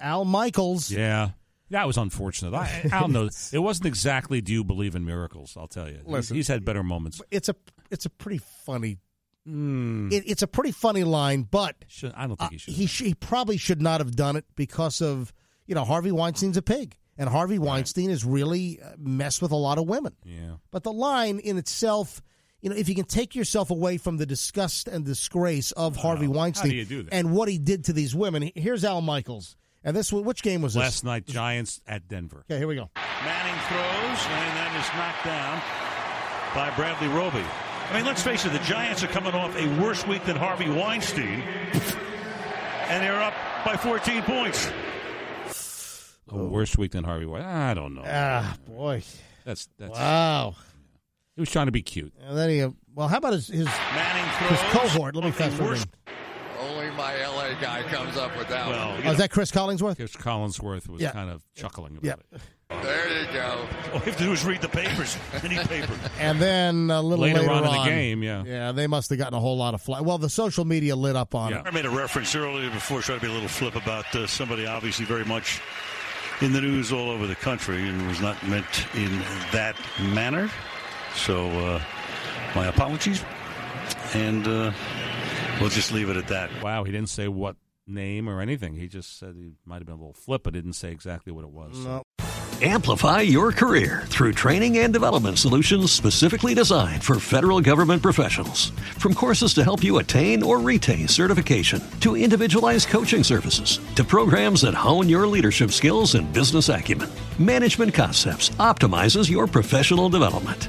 Al Michaels. Yeah. That was unfortunate. I, Al knows it wasn't exactly. Do you believe in miracles? I'll tell you. Listen. he's had better moments. It's a it's a pretty funny. It, it's a pretty funny line, but Should, Hmm. I don't think he should. Uh, he sh- he probably should not have done it because of you know Harvey Weinstein's a pig, and Harvey Weinstein has really uh, messed with a lot of women. yeah. But the line in itself, you know, if you can take yourself away from the disgust and disgrace of Harvey Weinstein do you do that? and what he did to these women, here's Al Michaels. And this one- which game was this? Last night, Giants at Denver. Okay, here we go. Manning throws, and that is knocked down by Bradley Roby. I mean, let's face it, the Giants are coming off a worse week than Harvey Weinstein, and they're up by 14 points. A Oh. worse week than Harvey White. I don't know. Ah, boy. that's that's. Wow. He was trying to be cute. And then he, well, how about his, his, Manning his throws. cohort? Let me a fast forward. worse- Only my LA guy comes up with that Well, you Oh, know, is that Chris Collingsworth? Chris Collinsworth was Yeah. kind of chuckling about Yeah. it. one. There you go. all you have to do is read the papers, any paper. And then a little Later later, on in the game, yeah. Yeah, they must have gotten a whole lot of fly. Well, the social media lit up on Yeah. it. I made a reference earlier before, trying to be a little flip about uh, somebody obviously very much in the news all over the country and was not meant in that manner. So, uh, my apologies. And uh, we'll just leave it at that. Wow, he didn't say what name or anything. He just said he might have been a little flip, but didn't say exactly what it was. So- Amplify your career through training and development solutions specifically designed for federal government professionals. From courses to help you attain or retain certification, to individualized coaching services, to programs that hone your leadership skills and business acumen, Management Concepts optimizes your professional development.